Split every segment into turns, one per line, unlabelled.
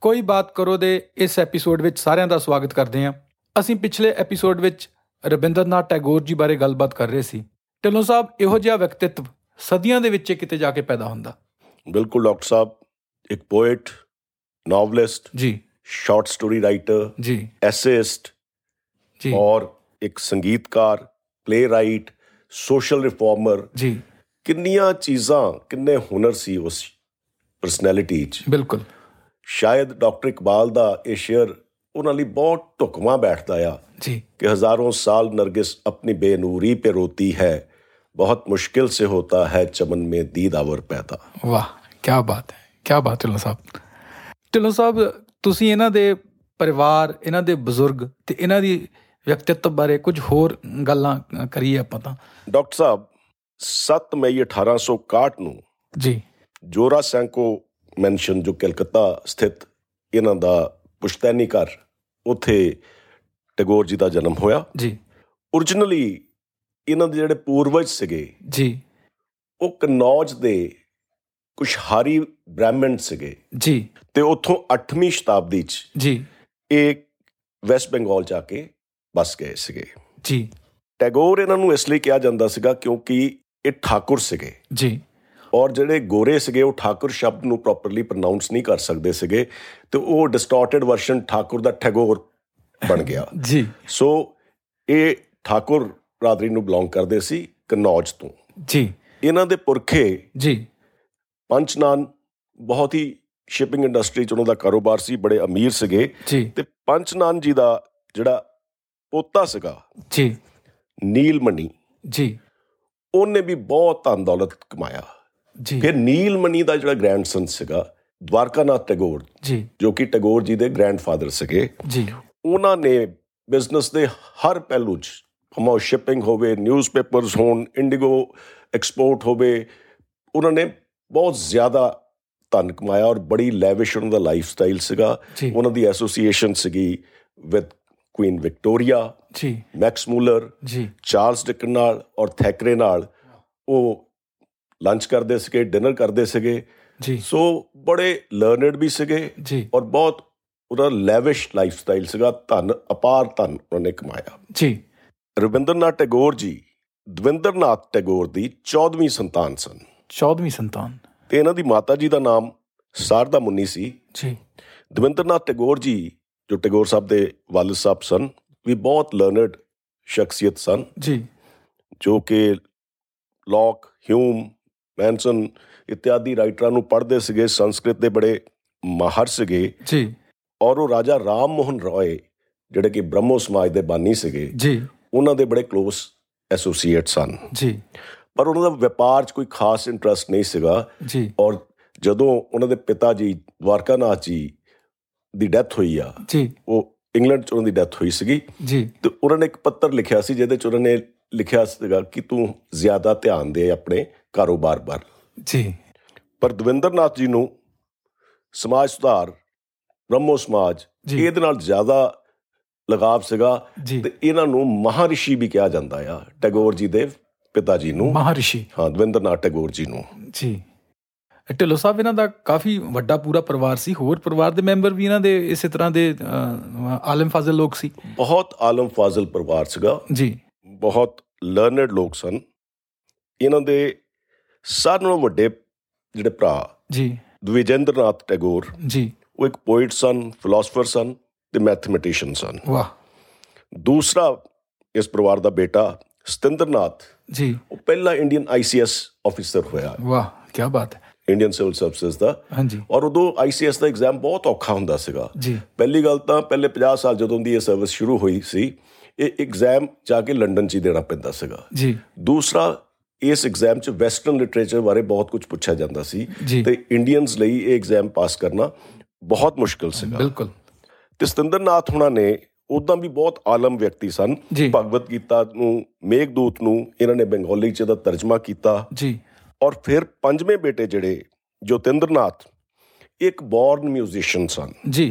ਕੋਈ ਬਾਤ ਕਰੋ ਦੇ ਇਸ ਐਪੀਸੋਡ ਵਿੱਚ ਸਾਰਿਆਂ ਦਾ ਸਵਾਗਤ ਕਰਦੇ ਹਾਂ ਅਸੀਂ ਪਿਛਲੇ ਐਪੀਸੋਡ ਵਿੱਚ ਰਬਿੰਦਰਨਾਥ ਟੈਗੋਰ ਜੀ ਬਾਰੇ ਗੱਲਬਾਤ ਕਰ ਰਹੇ ਸੀ ਢਿੱਲੋਂ ਸਾਹਿਬ ਇਹੋ ਜਿਹਾ ਵਿਅਕਤੀਤਵ ਸਦੀਆਂ ਦੇ ਵਿੱਚ ਹੀ ਕਿਤੇ ਜਾ ਕੇ ਪੈਦਾ ਹੁੰਦਾ
ਬਿਲਕੁਲ ਡਾਕਟਰ ਸਾਹਿਬ ਇੱਕ ਪੋਇਟ ਨਾਵਲਿਸਟ
ਜੀ
ਸ਼ਾਰਟ ਸਟੋਰੀ ਰਾਈਟਰ
ਜੀ
ਐਸੇਇਸਟ
ਜੀ
ਔਰ ਇੱਕ ਸੰਗੀਤਕਾਰ ਪਲੇ ਰਾਈਟ ਸੋਸ਼ਲ ਰਿਫਾਰਮਰ
ਜੀ
ਕਿੰਨੀਆਂ ਚੀਜ਼ਾਂ ਕਿੰਨੇ ਹੁਨਰ ਸੀ ਉਸ ਪਰਸਨੈਲਿਟੀ 'ਚ
ਬਿਲਕੁਲ
ਸ਼ਾਇਦ ਡਾਕਟਰ ਇਕਬਾਲ ਦਾ ਇਹ ਸ਼ੇਅਰ ਉਹਨਾਂ ਲਈ ਬਹੁਤ ਢੁਕਵਾਂ ਬੈਠਦਾ ਆ
ਜੀ
कि हजारों साल नरगिस अपनी बेनूरी पे रोती है बहुत मुश्किल से होता है चमन में दीदावर पैदा
ਵਾਹ ਕੀ ਬਾਤ ਹੈ ਕੀ ਬਾਤ ਢਿੱਲੋਂ ਸਾਹਿਬ ਢਿੱਲੋਂ ਸਾਹਿਬ ਤੁਸੀਂ ਇਹਨਾਂ ਦੇ ਪਰਿਵਾਰ ਇਹਨਾਂ ਦੇ ਬਜ਼ੁਰਗ ਤੇ ਇਹਨਾਂ ਦੀ ਵਿਅਕਤੀਤਵ ਬਾਰੇ ਕੁਝ ਹੋਰ ਗੱਲਾਂ ਅ, ਕਰੀਏ ਆਪਾਂ ਤਾਂ
डॉक्टर साहब 7 ਮਈ 1861 ਨੂੰ
ਜੀ
ਜੋਰਾ ਸੈਂਕੋ ਮੈਂਸ਼ਨ ਜੋ ਕਲਕੱਤਾ ਸਥਿਤ ਇਹਨਾਂ ਦਾ ਪੁਸ਼ਤੈਨੀ ਘਰ ਉੱਥੇ ਟੈਗੋਰ ਜੀ ਦਾ ਜਨਮ ਹੋਇਆ
ਜੀ
originally ਇਹਨਾਂ ਦੇ ਜਿਹੜੇ ਪੂਰਵਜ ਸੀਗੇ
ਜੀ
ਉਹ ਕਨੌਜ ਦੇ ਕੁਸ਼ਹਾਰੀ ਬ੍ਰਾਹਮਣ ਸੀਗੇ
ਜੀ
ਤੇ ਉੱਥੋਂ 8ਵੀਂ ਸ਼ਤਾਬਦੀ 'ਚ
ਜੀ
ਇਹ ਵੈਸਟ ਬੰਗਾਲ ਜਾ ਕੇ ਬਸ ਗਏ ਸੀਗੇ
ਜੀ
ਟੈਗੋਰ ਇਹਨਾਂ ਨੂੰ ਇਸ ਲਈ ਕਿਹਾ ਜਾਂਦਾ ਸੀਗਾ ਕਿਉਂਕਿ ਇਹ ਠਾਕੁਰ ਸੀਗੇ
ਜੀ
ਔਰ ਜਿਹੜੇ ਗੋਰੇ ਸੀਗੇ ਉਹ ਠਾਕੁਰ ਸ਼ਬਦ ਨੂੰ ਪ੍ਰੋਪਰਲੀ ਪ੍ਰੋਨਾਂਸ ਨਹੀਂ ਕਰ ਸਕਦੇ ਸੀਗੇ ਤੇ ਉਹ ਡਿਸਟੋਰਟਡ ਵਰਸ਼ਨ ਠਾਕੁਰ ਦਾ ਟੈਗੋਰ ਬਣ ਗਿਆ
ਜੀ
ਸੋ ਇਹ ਠਾਕੁਰ ਬਰਾਦਰੀ ਨੂੰ ਬਿਲੋਂਗ ਕਰਦੇ ਸੀ ਕਨੌਜ ਤੋਂ
ਜੀ
ਇਹਨਾਂ ਦੇ ਪੁਰਖੇ
ਜੀ
ਪੰਚਨਾਨ ਬਹੁਤ ਹੀ ਸ਼ਿਪਿੰਗ ਇੰਡਸਟਰੀ ਚ ਉਹਨਾਂ ਦਾ ਕਾਰੋਬਾਰ ਸੀ ਬੜੇ ਅਮੀਰ ਸੀਗੇ
ਜੀ
ਤੇ ਪੰਚਨਾਨ ਜੀ ਦਾ ਜਿਹੜਾ ਪੋਤਾ ਸੀਗਾ
ਜੀ
ਨੀਲਮਣੀ
ਜੀ
ਉਹਨੇ ਵੀ ਬਹੁਤ ਧਨ ਦੌਲਤ ਕਮਾਇਆ
ਜੀ
ਫਿਰ ਨੀਲਮਣੀ ਦਾ ਜਿਹੜਾ ਗ੍ਰੈਂਡਸਨ ਸੀਗਾ ਦਵਾਰਕਾਨਾਥ ਟੈਗੋਰ
ਜੀ
ਜੋ ਕਿ ਟੈਗੋਰ ਜੀ ਦੇ ਗ੍ਰੈਂਡਫਾਦਰ ਸੀਗੇ
ਜੀ
ਉਹਨਾਂ ਨੇ ਬਿਜ਼ਨਸ ਦੇ ਹਰ ਪਹਿਲੂ 'ਚ ਹਮੋ ਸ਼ਿਪਿੰਗ ਹੋਵੇ ਨਿਊਜ਼ਪੇਪਰਸ ਹੋਣ ਇੰਡੀਗੋ ਐਕਸਪੋਰਟ ਹੋਵੇ ਉਹਨਾਂ ਨੇ ਬਹੁਤ ਜ਼ਿਆਦਾ ਧਨ ਕਮਾਇਆ ਔਰ ਬੜੀ ਲੈਵਿਸ਼ ਉਹਨਾਂ ਦਾ ਲਾਈਫਸਟਾਈਲ ਸੀਗਾ
ਜੀ
ਉਹਨਾਂ ਦੀ ਐਸੋਸੀਏਸ਼ਨ ਸੀਗੀ ਵਿਦ ਕੁਈਨ ਵਿਕਟੋਰੀਆ
ਜੀ
ਮੈਕਸ ਮੂਲਰ
ਜੀ
ਚਾਰਲਸ ਡਿਕਨ ਨਾਲ ਔਰ ਥੈਕਰੇ ਨਾਲ ਉਹ ਲੰਚ ਕਰਦੇ ਸੀਗੇ ਡਿਨਰ ਕਰਦੇ ਸੀਗੇ
ਜੀ
ਸੋ ਬੜੇ ਲਰਨਡ ਵੀ ਸੀਗੇ
ਜੀ
ਔਰ ਬਹੁਤ ਉਹਦਾ ਲੈਵਿਸ਼ ਲਾਈਫਸਟਾਈਲ ਸੀਗਾ ਧਨ ਅਪਾਰ ਧਨ ਉਹਨਾਂ ਨੇ ਕਮਾਇਆ
ਜੀ
ਰਵਿੰਦਰਨਾਥ ਟੈਗੋਰ ਜੀ ਦਵਿੰਦਰਨਾਥ ਟੈਗੋਰ ਦੀ 14ਵੀਂ ਸੰਤਾਨ ਸਨ
14ਵੀਂ ਸੰਤਾਨ
ਤੇ ਇਹਨਾਂ ਦੀ ਮਾਤਾ ਜੀ ਦਾ ਨਾਮ ਸਾਰਦਾ ਮੁੰਨੀ ਸੀ
ਜੀ
ਦਵਿੰਦਰਨਾਥ ਟੈਗੋਰ ਜੀ ਜੋ ਟੈਗੋਰ ਸਾਹਿਬ ਦੇ ਵਾਲਿਦ ਸਾਹਿਬ ਸਨ ਵੀ ਬਹੁਤ ਲਰਨਡ ਸ਼ਖਸੀਅਤ ਸਨ
ਜੀ
ਜੋ ਕਿ ਲੌਕ ਹਿਊਮ ਮੈਨਸਨ ਇਤਿਆਦੀ ਰਾਈਟਰਾਂ ਨੂੰ ਪੜ੍ਹਦੇ ਸੀਗੇ ਸੰਸਕ੍ਰਿਤ ਦੇ ਬੜੇ ਮਾਹਰ ਸੀਗੇ
ਜੀ
ਔਰ ਉਹ ਰਾਜਾ ਰਾਮ ਮੋਹਨ ਰਾਏ ਜਿਹੜੇ ਕਿ ਬ੍ਰਹਮੋ ਸਮਾਜ ਦੇ ਬਾਨੀ ਸੀਗੇ
ਜੀ
ਉਹਨਾਂ ਦੇ ਬੜੇ ক্লোਜ਼ ਐਸੋਸੀਏਟ ਸਨ
ਜੀ
ਪਰ ਉਹਨਾਂ ਦਾ ਵਪਾਰ 'ਚ ਕੋਈ ਖਾਸ ਇੰਟਰਸਟ ਨਹੀਂ ਸੀਗਾ
ਜੀ
ਔਰ ਜਦੋਂ ਉਹਨਾਂ ਦੇ ਪਿਤਾ ਜੀ ਦਵਾਰਕਾਨਾਥ ਜੀ ਦੀ ਡੈਥ ਹੋਈ ਆ
ਜੀ
ਉਹ ਇੰਗਲੈਂਡ 'ਚ ਉਹਨਾਂ ਦੀ ਡੈਥ ਹੋਈ ਸੀਗੀ
ਜੀ
ਤੇ ਉਹਨਾਂ ਨੇ ਇੱਕ ਪੱਤਰ ਲਿਖਿਆ ਸੀ ਜਿਹਦੇ ਚ ਉਹਨਾਂ ਨੇ ਲਿਖਿਆ ਸੀਗਾ ਕਿ ਤੂੰ ਜ਼ਿਆਦਾ ਧਿਆਨ ਦੇ ਆਪਣੇ ਕਾਰੋਬਾਰ 'ਪਰ
ਜੀ
ਪਰ ਦਵਿੰਦਰਨਾਥ ਜੀ ਨੂੰ ਸਮਾਜ ਸੁਧਾਰ ਬ੍ਰਹਮੋ ਸਮਾਜ
ਜੀ
ਇਹਦੇ ਨਾਲ ਜ਼ਿਆਦਾ ਲਗਾਵ ਸੀਗਾ
ਜੀ
ਤੇ ਇਹਨਾਂ ਨੂੰ ਮਹਾਰਿਸ਼ੀ ਵੀ ਕਿਹਾ ਜਾਂਦਾ ਆ ਟੈਗੋਰ ਜੀ ਦੇ ਪਿਤਾ ਜੀ ਨੂੰ
ਮਹਾਰਿਸ਼ੀ
ਹਾਂ ਦਵਿੰਦਰਨਾਥ ਟੈਗੋਰ ਜੀ ਨੂੰ
ਜੀ ਢਿੱਲੋਂ ਸਾਹਿਬ ਇਹਨਾਂ ਦਾ ਕਾਫੀ ਵੱਡਾ ਪੂਰਾ ਪਰਿਵਾਰ ਸੀ ਹੋਰ ਪਰਿਵਾਰ ਦੇ ਮੈਂਬਰ ਵੀ ਇਹਨਾਂ ਦੇ ਇਸੇ ਤਰ੍ਹਾਂ ਦੇ ਅ, ਆਲਮ ਫਾਜ਼ਲ ਲੋਕ ਸੀ
ਬਹੁਤ ਆਲਮ ਫਾਜ਼ਲ ਪਰਿਵਾਰ ਸੀਗਾ
ਜੀ
ਬਹੁਤ ਲਰਨਡ ਲੋਕ ਸਨ ਇਹਨਾਂ ਦੇ ਸਾਰਿਆਂ ਨਾਲੋਂ ਵੱਡੇ ਜਿਹੜੇ ਭਰਾ
ਜੀ
ਦਵਿਜੇਂਦਰਨਾਥ ਟੈਗੋਰ
ਜੀ
ਉਹ ਇੱਕ ਪੋਇਟ ਸਨ ਫਿਲਾਸਫਰ ਸਨ ਤੇ ਮੈਥਮੈਟੀਸ਼ੀਅਨ ਸਨ
ਵਾਹ
ਦੂਸਰਾ ਇਸ ਪਰਿਵਾਰ ਦਾ ਬੇਟਾ ਸਤਿੰਦਰਨਾਥ
ਜੀ
ਉਹ ਪਹਿਲਾ ਇੰਡੀਅਨ ਆਈਸੀਐਸ ਆਫੀਸਰ ਹੋਇਆ
ਵਾਹ ਕੀ ਬਾਤ ਹੈ
ਇੰਡੀਅਨ ਸਿਵਲ ਸਰਵਿਸਿਜ਼ ਦਾ
ਹਾਂਜੀ
ਔਰ ਉਦੋਂ ਆਈਸੀਐਸ ਦਾ ਐਗਜ਼ਾਮ ਬਹੁਤ ਔਖਾ ਹੁੰਦਾ ਸੀਗਾ
ਜੀ
ਪਹਿਲੀ ਗੱਲ ਤਾਂ ਪਹਿਲੇ 50 ਸਾਲ ਜਦੋਂ ਦੀ ਇਹ ਸਰਵਿਸ ਸ਼ੁਰੂ ਹੋਈ ਸੀ ਇਹ ਐਗਜ਼ਾਮ ਜਾ ਕੇ ਲੰਡਨ 'ਚ ਹੀ ਦੇਣਾ ਪੈਂਦਾ ਸੀਗਾ
ਜੀ
ਦੂਸਰਾ ਇਸ ਐਗਜ਼ਾਮ 'ਚ ਵੈਸਟਰਨ ਲਿਟਰੇਚਰ ਬਾਰੇ ਬਹੁਤ ਕੁਝ ਪੁੱਛਿਆ ਜਾਂਦਾ ਸੀ
ਜੀ
ਤੇ ਇੰਡੀਅਨਸ ਲਈ ਇਹ ਐਗਜ਼ਾਮ ਪਾਸ ਕਰਨਾ ਬਹੁਤ ਮੁਸ਼ਕਲ ਸੀਗਾ
ਬਿਲਕੁਲ
ਤੇ ਸਤਿੰਦਰਨਾਥ ਹੁਣਾਂ ਨੇ ਉਦਾਂ ਵੀ ਬਹੁਤ ਆਲਮ ਵਿਅਕਤੀ ਸਨ
ਜੀ
ਭਗਵਤ ਗੀਤਾ ਨੂੰ ਮੇਘਦੂਤ ਨੂੰ ਇਹਨਾਂ ਨੇ ਬੰਗਾਲੀ ਚ ਦਾ ਤਰਜਮਾ ਕੀਤਾ
ਜੀ
ਔਰ ਫਿਰ ਪੰਜਵੇਂ ਬੇਟੇ ਜਿਹੜੇ ਜੋਤਿੰਦਰਨਾਥ ਇੱਕ ਬੌਰਨ ਮਿਊਜ਼ੀਸ਼ੀਅਨ ਸਨ
ਜੀ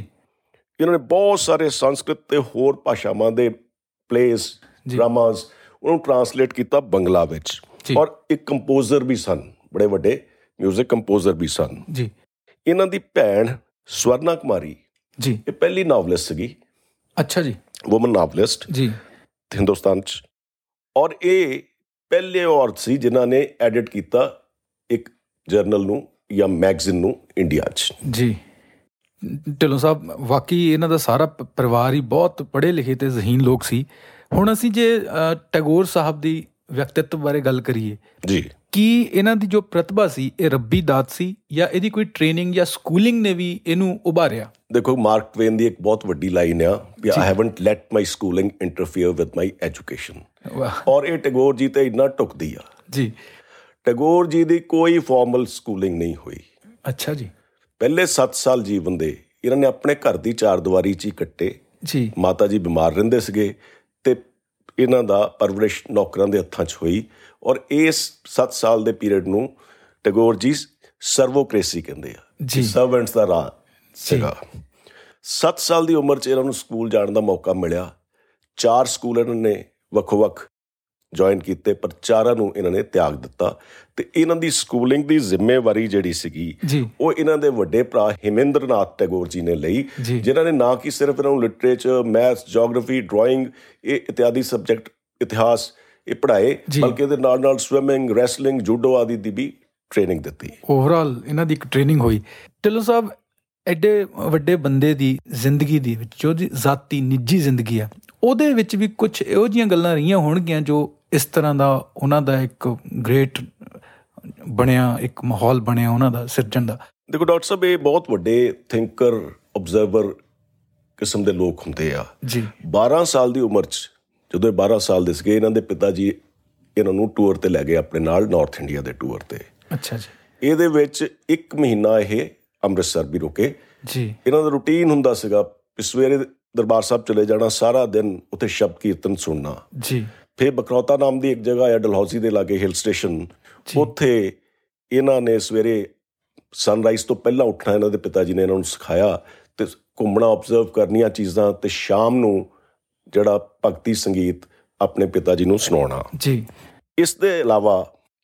ਇਹਨਾਂ ਨੇ ਬਹੁਤ ਸਾਰੇ ਸੰਸਕ੍ਰਿਤ ਤੇ ਹੋਰ ਭਾਸ਼ਾਵਾਂ ਦੇ ਪਲੇਸ
ਜੀ।
ਡਰਾਮਾਸ ਉਹਨੂੰ ਟਰਾਂਸਲੇਟ ਕੀਤਾ ਬੰਗਲਾ ਵਿੱਚ
ਜੀ।
ਔਰ ਇੱਕ ਕੰਪੋਜ਼ਰ ਵੀ ਸਨ ਬੜੇ ਵੱਡੇ 뮤직 ਕੰਪੋਜ਼ਰ ਵੀ ਸਨ
ਜੀ
ਇਹਨਾਂ ਦੀ ਭੈਣ ਸਵਰਨਾ ਕੁਮਾਰੀ
ਜੀ
ਇਹ ਪਹਿਲੀ ਨਾਵਲਿਸਟ ਸੀਗੀ
ਅੱਛਾ ਜੀ
ਔਮਨ ਨਾਵਲਿਸਟ
ਜੀ
ਹਿੰਦੁਸਤਾਨ ਚ ਔਰ ਇਹ ਪਹਿਲੇ ਔਰਤ ਸੀ ਜਿਨ੍ਹਾਂ ਨੇ ਐਡਿਟ ਕੀਤਾ ਇੱਕ ਜਰਨਲ ਨੂੰ ਜਾਂ ਮੈਗਜ਼ੀਨ ਨੂੰ ਇੰਡੀਆ 'ਚ
ਜੀ ਢਿੱਲੋਂ ਸਾਹਿਬ ਵਾਕਈ ਇਹਨਾਂ ਦਾ ਸਾਰਾ ਪ- ਪਰਿਵਾਰ ਹੀ ਬਹੁਤ ਪੜ੍ਹੇ ਲਿਖੇ ਤੇ ਜ਼ਹੀਨ ਲੋਕ ਸੀ ਹੁਣ ਅਸੀਂ ਜੇ ਅ, ਟੈਗੋਰ ਸਾਹਿਬ ਦੀ ਵਿਅਕਤੀਤਵ ਬਾਰੇ ਗੱਲ ਕਰੀਏ
ਜੀ
ਕੀ ਇਹਨਾਂ ਦੀ ਜੋ ਪ੍ਰਤਿਭਾ ਸੀ ਇਹ ਰੱਬੀ ਦਾਤ ਸੀ ਜਾਂ ਇਹਦੀ ਕੋਈ ਟ੍ਰੇਨਿੰਗ ਜਾਂ ਸਕੂਲਿੰਗ ਨੇ ਵੀ ਇਹਨੂੰ ਉਭਾਰਿਆ
ਦੇਖੋ ਮਾਰਕ ਟਵੇਨ ਦੀ ਇੱਕ ਬਹੁਤ ਵੱਡੀ ਲਾਈਨ ਆ ਵੀ
ਜੀ।
I haven't let my schooling interfere with my education
ਵਾਹ,
ਔਰ ਇਹ ਟੈਗੋਰ ਜੀ ਤੇ ਇੰਨਾ ਟੁਕਦੀ ਆ
ਜੀ
ਟੈਗੋਰ ਜੀ ਦੀ ਕੋਈ ਫਾਰਮਲ ਸਕੂਲਿੰਗ ਨਹੀਂ ਹੋਈ
ਅੱਛਾ ਜੀ
ਪਹਿਲੇ 7 ਸਾਲ ਜੀਵਨ ਦੇ ਇਹਨਾਂ ਨੇ ਆਪਣੇ ਘਰ ਦੀ ਚਾਰਦੀਵਾਰੀ 'ਚ ਹੀ ਕੱਟੇ
ਜੀ
ਮਾਤਾ ਜੀ ਬਿਮਾਰ ਰਹਿੰਦੇ ਸੀਗੇ ਤੇ ਇਹਨਾਂ ਦਾ ਪਰਵਰਿਸ਼ ਨੌਕਰਾਂ ਦੇ ਹੱਥਾਂ 'ਚ ਹੋਈ ਔਰ ਇਸ 7 ਸਾਲ ਦੇ ਪੀਰੀਅਡ ਨੂੰ ਟੈਗੋਰ ਜੀ ਸਰਵੋਕ੍ਰੇਸੀ ਕਹਿੰਦੇ ਆ
ਜੀ।
ਸਰਵੈਂਟਸ ਦਾ ਰਾਜ
ਜੀ
ਸੀਗਾ 7 ਸਾਲ ਦੀ ਉਮਰ 'ਚ ਇਹਨਾਂ ਨੂੰ ਸਕੂਲ ਜਾਣ ਦਾ ਮੌਕਾ ਮਿਲਿਆ ਚਾਰ ਸਕੂਲ ਇਹਨਾਂ ਨੇ ਵੱਖ-ਵੱਖ ਜੁਆਇਨ ਕੀਤੇ ਪਰ ਚਾਰਾਂ ਨੂੰ ਇਹਨਾਂ ਨੇ ਤਿਆਗ ਦਿੱਤਾ ਤੇ ਇਹਨਾਂ ਦੀ ਸਕੂਲਿੰਗ ਦੀ ਜ਼ਿੰਮੇਵਾਰੀ ਜਿਹੜੀ ਸੀਗੀ
ਜੀ
ਉਹ ਇਹਨਾਂ ਦੇ ਵੱਡੇ ਭਰਾ ਹਿਮਿੰਦਰਨਾਥ ਟੈਗੋਰ ਜੀ ਨੇ ਲਈ
ਜੀ।
ਜਿਨ੍ਹਾਂ ਨੇ ਨਾ ਕਿ ਸਿਰਫ ਇਹਨਾਂ ਨੂੰ ਲਿਟਰੇਚਰ ਮੈਥਸ ਜੀਓਗ੍ਰਾਫੀ ਡਰਾਇੰਗ ਇਹ ਇਤਿਆਦੀ ਸਬਜੈਕਟ ਇਤਿਹਾਸ ਇਹ ਪੜ੍ਹਾਏ
ਜੀ।
ਬਲਕਿ ਇਹਦੇ ਨਾਲ ਨਾਲ ਸਵਿਮਿੰਗ ਰੈਸਲਿੰਗ ਜੂਡੋ ਆਦਿ ਦੀ ਵੀ ਟ੍ਰੇਨਿੰਗ ਦਿੱਤੀ
ਓਵਰਆਲ ਇਹਨਾਂ ਦੀ ਇੱਕ ਟ੍ਰੇਨਿੰਗ ਹੋਈ ਢਿੱਲੋਂ ਸਾਹਿਬ ਐਡੇ ਵੱਡੇ ਬੰਦੇ ਦੀ ਜ਼ਿੰਦਗੀ ਦੀ ਵਿੱਚ ਜੋ ਉਹਦੀ ذاتی ਨਿੱਜੀ ਜ਼ਿੰਦਗੀ ਆ ਉਹਦੇ ਵਿੱਚ ਵੀ ਕੁਝ ਇਹੋ ਜੀਆਂ ਗੱਲਾਂ ਰਹੀਆਂ ਹੋਣਗੀਆਂ ਜੋ ਇਸ ਤਰ੍ਹਾਂ ਦਾ ਉਹਨਾਂ ਦਾ ਇੱਕ ਗ੍ਰੇਟ ਬਣਿਆ ਇੱਕ ਮਾਹੌਲ ਬਣਿਆ ਉਹਨਾਂ ਦਾ ਸਿਰਜਣ ਦਾ
ਦੇਖੋ ਡਾਕਟਰ ਸਾਹਿਬ ਇਹ ਬਹੁਤ ਵੱਡੇ ਥਿੰਕਰ ਆਬਜ਼ਰਵਰ ਕਿਸਮ ਦੇ ਲੋਕ ਹੁੰਦੇ ਆ
ਜੀ
12 ਸਾਲ ਦੀ ਉਮਰ 'ਚ ਜਦੋਂ ਇਹ 12 ਸਾਲ ਦੇ ਸੀਗੇ ਇਹਨਾਂ ਦੇ ਪਿਤਾ ਜੀ ਇਹਨਾਂ ਨੂੰ ਟੂਰ ਤੇ ਲੈ ਗਏ ਆਪਣੇ ਨਾਲ ਨਾਰਥ ਇੰਡੀਆ ਦੇ ਟੂਰ ਤੇ
ਅੱਛਾ ਜੀ
ਇਹਦੇ ਵਿੱਚ 1 ਮਹੀਨਾ ਇਹ ਅੰਮ੍ਰਿਤਸਰ ਵੀ ਰੁਕੇ
ਜੀ
ਇਹਨਾਂ ਦਾ ਰੁਟੀਨ ਹੁੰਦਾ ਸੀਗਾ ਵੀ ਸਵੇਰੇ ਦਰਬਾਰ ਸਾਹਿਬ ਚਲੇ ਜਾਣਾ ਸਾਰਾ ਦਿਨ ਉੱਥੇ ਸ਼ਬਦ ਕੀਰਤਨ ਸੁਣਨਾ
ਜੀ
ਫਿਰ ਬਕਰੌਤਾ ਨਾਮ ਦੀ ਇੱਕ ਜਗ੍ਹਾ ਹੈ ਡਲਹੌਜ਼ੀ ਦੇ ਲਾਗੇ ਹਿਲ ਸਟੇਸ਼ਨ
ਜੀ।
ਉੱਥੇ ਇਹਨਾਂ ਨੇ ਸਵੇਰੇ ਸਨਰਾਈਜ਼ ਤੋਂ ਪਹਿਲਾਂ ਉੱਠਣਾ ਇਹਨਾਂ ਦੇ ਪਿਤਾ ਜੀ ਨੇ ਇਹਨਾਂ ਨੂੰ ਸਿਖਾਇਆ ਤੇ ਘੁੰਮਣਾ ਆਬਜ਼ਰਵ ਕਰਨੀਆਂ ਚੀਜ਼ਾਂ ਤੇ ਸ਼ਾਮ ਨੂੰ ਜਿਹੜਾ ਭਗਤੀ ਸੰਗੀਤ ਆਪਣੇ ਪਿਤਾ ਜੀ ਨੂੰ ਸੁਣਾਉਣਾ
ਜੀ
ਇਸ ਦੇ ਇਲਾਵਾ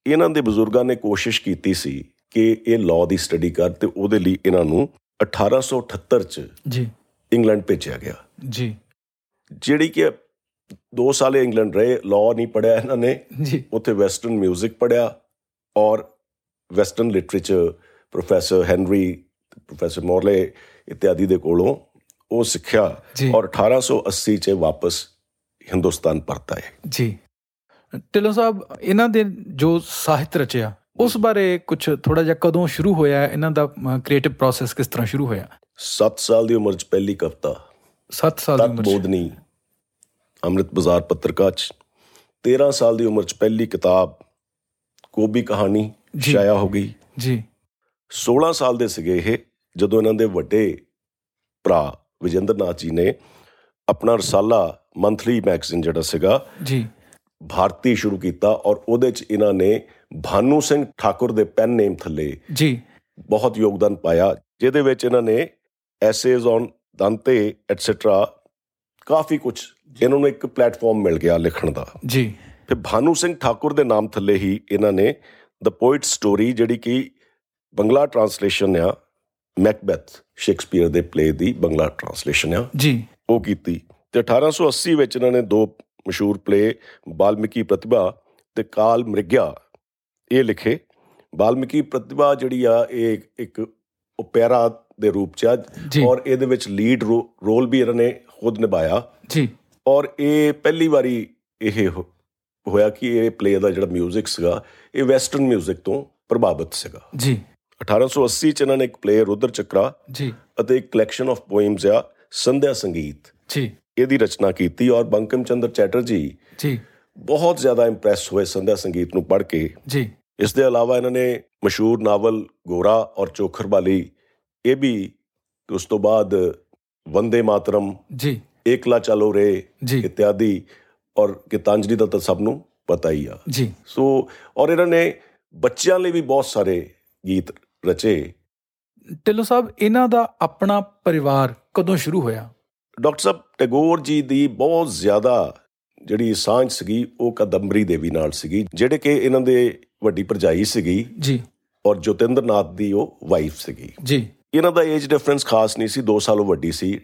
ਇਹਨਾਂ ਦੇ ਬਜ਼ੁਰਗਾਂ ਨੇ ਕੋਸ਼ਿਸ਼ ਕੀਤੀ ਸੀ ਕਿ ਇਹ ਲਾਅ ਦੀ ਸਟੱਡੀ ਕਰ ਤੇ ਉਹਦੇ ਲਈ ਇਹਨਾਂ ਨੂੰ 1878 ਚ
ਜੀ
ਇੰਗਲੈਂਡ ਭੇਜਿਆ ਗਿਆ
ਜੀ
ਜਿਹੜੀ ਕਿ 2 ਸਾਲ ਇਹ ਇੰਗਲੈਂਡ ਰਹੇ ਲਾਅ ਨਹੀਂ ਪੜਿਆ ਇਹਨਾਂ ਨੇ
ਜੀ
ਉੱਥੇ ਵੈਸਟਰਨ 뮤직 ਪੜਿਆ ਔਰ western literature professor Henry professor Morley ਇਤਿਆਦੀ ਦੇ ਕੋਲੋਂ ਉਹ ਸਿੱਖਿਆ
ਜੀ।
ਔਰ 1880 ਚ ਇਹ ਵਾਪਸ ਹਿੰਦੁਸਤਾਨ ਪਰਤ ਆਏ
ਜੀ ਢਿੱਲੋਂ ਸਾਹਿਬ ਇਹਨਾਂ ਦੇ ਜੋ ਸਾਹਿਤ ਰਚਿਆ ਉਸ ਬਾਰੇ ਕੁਝ ਥੋੜਾ ਜਿਹਾ ਕਦੋਂ ਸ਼ੁਰੂ ਹੋਇਆ ਇਹਨਾਂ ਦਾ ਕ੍ਰੀਏਟਿਵ ਪ੍ਰੋਸੈਸ ਕਿਸ ਤਰ੍ਹਾਂ ਸ਼ੁਰੂ ਹੋਇਆ
7 ਸਾਲ ਦੀ ਉਮਰ ਚ ਪਹਿਲੀ ਕਵਿਤਾ
7 ਸਾਲ ਦੀ
ਤਤ
ਉਮਰ ਚ।
ਬੋਧਨੀ ਅੰਮ੍ਰਿਤ ਬਾਜ਼ਾਰ ਪੱਤਰਕਾ ਚ 13 ਸਾਲ ਦੀ ਉਮਰ ਚ ਪਹਿਲੀ ਕਿਤਾਬ ਕੋਬੀ ਕਹਾਣੀ
ਜੀ।
ਸ਼ਾਇਆ ਹੋ ਗਈ
ਜੀ
16 ਸਾਲ ਦੇ ਸੀਗੇ ਇਹ ਜਦੋਂ ਇਹਨਾਂ ਦੇ ਵੱਡੇ ਭਰਾ ਵਿਜੇਂਦਰ ਨਾਥ ਜੀ ਨੇ ਆਪਣਾ ਰਸਾਲਾ ਮੰਥਲੀ ਮੈਗਜ਼ੀਨ ਜਿਹੜਾ ਸੀਗਾ
ਜੀ
ਭਾਰਤੀ ਸ਼ੁਰੂ ਕੀਤਾ ਔਰ ਉਹਦੇ ਚ ਇਹਨਾਂ ਨੇ ਭਾਨੂ ਸਿੰਘ ਠਾਕੁਰ ਦੇ ਪੈਨ ਨੇਮ ਥੱਲੇ
ਜੀ
ਬਹੁਤ ਯੋਗਦਾਨ ਪਾਇਆ ਜਿਹਦੇ ਵਿੱਚ ਇਹਨਾਂ ਨੇ ਐਸੇਜ਼ ਔਨ ਦੰਤੇ ਐਟਸੈਟਰਾ ਕਾਫੀ ਕੁਝ ਇਹਨਾਂ ਨੂੰ ਇੱਕ ਪਲੇਟਫਾਰਮ ਮਿਲ ਗਿਆ ਲਿਖਣ ਦਾ
ਜੀ
ਫਿਰ ਭਾਨੂ ਸਿੰਘ ਠਾਕੁਰ ਦੇ ਨਾਮ ਥੱਲੇ ਹੀ ਇਹਨਾਂ ਨੇ ਦ ਪੋਇਟ ਸਟੋਰੀ ਜਿਹੜੀ ਕਿ ਬੰਗਲਾ ਟਰਾਂਸਲੇਸ਼ਨ ਆ ਮੈਕਬੈਥ ਸ਼ੇਕਸਪੀਅਰ ਦੇ ਪਲੇ ਦੀ ਬੰਗਲਾ ਟਰਾਂਸਲੇਸ਼ਨ ਆ
ਜੀ
ਉਹ ਕੀਤੀ ਤੇ 1880 ਵਿੱਚ ਇਹਨਾਂ ਨੇ ਦੋ ਮਸ਼ਹੂਰ ਪਲੇ ਬਾਲਮੀਕੀ ਪ੍ਰਤਿਭਾ ਤੇ ਕਾਲ ਮ੍ਰਿਗਿਆ ਇਹ ਲਿਖੇ ਬਾਲਮੀਕੀ ਪ੍ਰਤਿਭਾ ਜਿਹੜੀ ਆ ਇਹ ਇੱਕ ਓਪੇਰਾ ਦੇ ਰੂਪ ਚ ਆ
ਜੀ।
ਔਰ ਇਹਦੇ ਵਿੱਚ ਲੀਡ ਰੋਲ ਵੀ ਇਹਨਾਂ ਨੇ ਖੁਦ ਨਿਭਾਇਆ
ਜੀ
ਔਰ ਇਹ ਪਹਿਲੀ ਵਾਰੀ ਇਹ ਹੋ- ਹੋਇਆ ਕਿ ਇਹ ਪਲੇ ਦਾ ਜਿਹੜਾ 뮤직 ਸੀਗਾ ਇਹ ਵੈਸਟਰਨ 뮤직 ਤੋਂ ਪ੍ਰਭਾਵਿਤ ਸੀਗਾ
ਜੀ
1880 ਚ ਇਹਨਾਂ ਨੇ ਇੱਕ ਪਲੇ ਰੁਦਰ ਚੱਕਰਾ
ਜੀ
ਅਤੇ ਇੱਕ ਕਲੈਕਸ਼ਨ ਆਫ ਪੋਇਮਸ ਆ ਸੰਧਿਆ ਸੰਗੀਤ
ਜੀ
ਇਹਦੀ ਰਚਨਾ ਕੀਤੀ ਔਰ ਬੰਕਮ ਚੰਦਰ ਚੈਟਰਜੀ
ਜੀ
ਬਹੁਤ ਜ਼ਿਆਦਾ ਇੰਪ੍ਰੈਸ ਹੋਏ ਸੰਧਿਆ ਸੰਗੀਤ ਨੂੰ ਪੜ੍ਹ ਕੇ
ਜੀ
ਇਸ ਦੇ ਇਲਾਵਾ ਇਹਨਾਂ ਨੇ ਮਸ਼ਹੂਰ ਨਾਵਲ ਗੋਰਾ ਔਰ ਚੋਖਰਬਾਲੀ ਇਹ ਵੀ ਤੇ ਉਸ ਤੋਂ ਬਾਅਦ ਵੰਦੇ ਮਾਤਰਮ
ਜੀ
ਏਕਲਾ ਚਲੋ ਰੇ
ਜੀ
ਇਤਿਆਦੀ ਔਰ ਗੀਤਾਂਜਲੀ ਦਾ ਤਾਂ ਸਭ ਨੂੰ ਪਤਾ ਹੀ ਆ
ਜੀ
ਸੋ ਔਰ ਇਹਨਾਂ ਨੇ ਬੱਚਿਆਂ ਲਈ ਵੀ ਬਹੁਤ ਸਾਰੇ ਗੀਤ ਰਚੇ
ਢਿੱਲੋਂ ਸਾਹਿਬ ਇਹਨਾਂ ਦਾ ਆਪਣਾ ਪਰਿਵਾਰ ਕਦੋਂ ਸ਼ੁਰੂ ਹੋਇਆ
ਡਾਕਟਰ ਸਾਹਿਬ ਟੈਗੋਰ ਜੀ ਦੀ ਬਹੁਤ ਜ਼ਿਆਦਾ ਜਿਹੜੀ ਸਾਂਝ ਸੀਗੀ ਉਹ ਕਦੰਬਰੀ ਦੇਵੀ ਨਾਲ ਸੀਗੀ ਜਿਹੜੇ ਕਿ ਇਹਨਾਂ ਦੇ ਵੱਡੀ ਭਰਜਾਈ ਸੀਗੀ
ਜੀ
ਔਰ ਜੋਤਿੰਦਰ ਨਾਥ ਦੀ ਉਹ ਵਾਈਫ ਸੀਗੀ
ਜੀ
ਇਹਨਾਂ ਦਾ ਏਜ ਡਿਫਰੈਂਸ ਖਾਸ ਨਹੀਂ ਸੀ 2 ਸਾਲ ਉਹ ਵੱਡੀ ਸੀ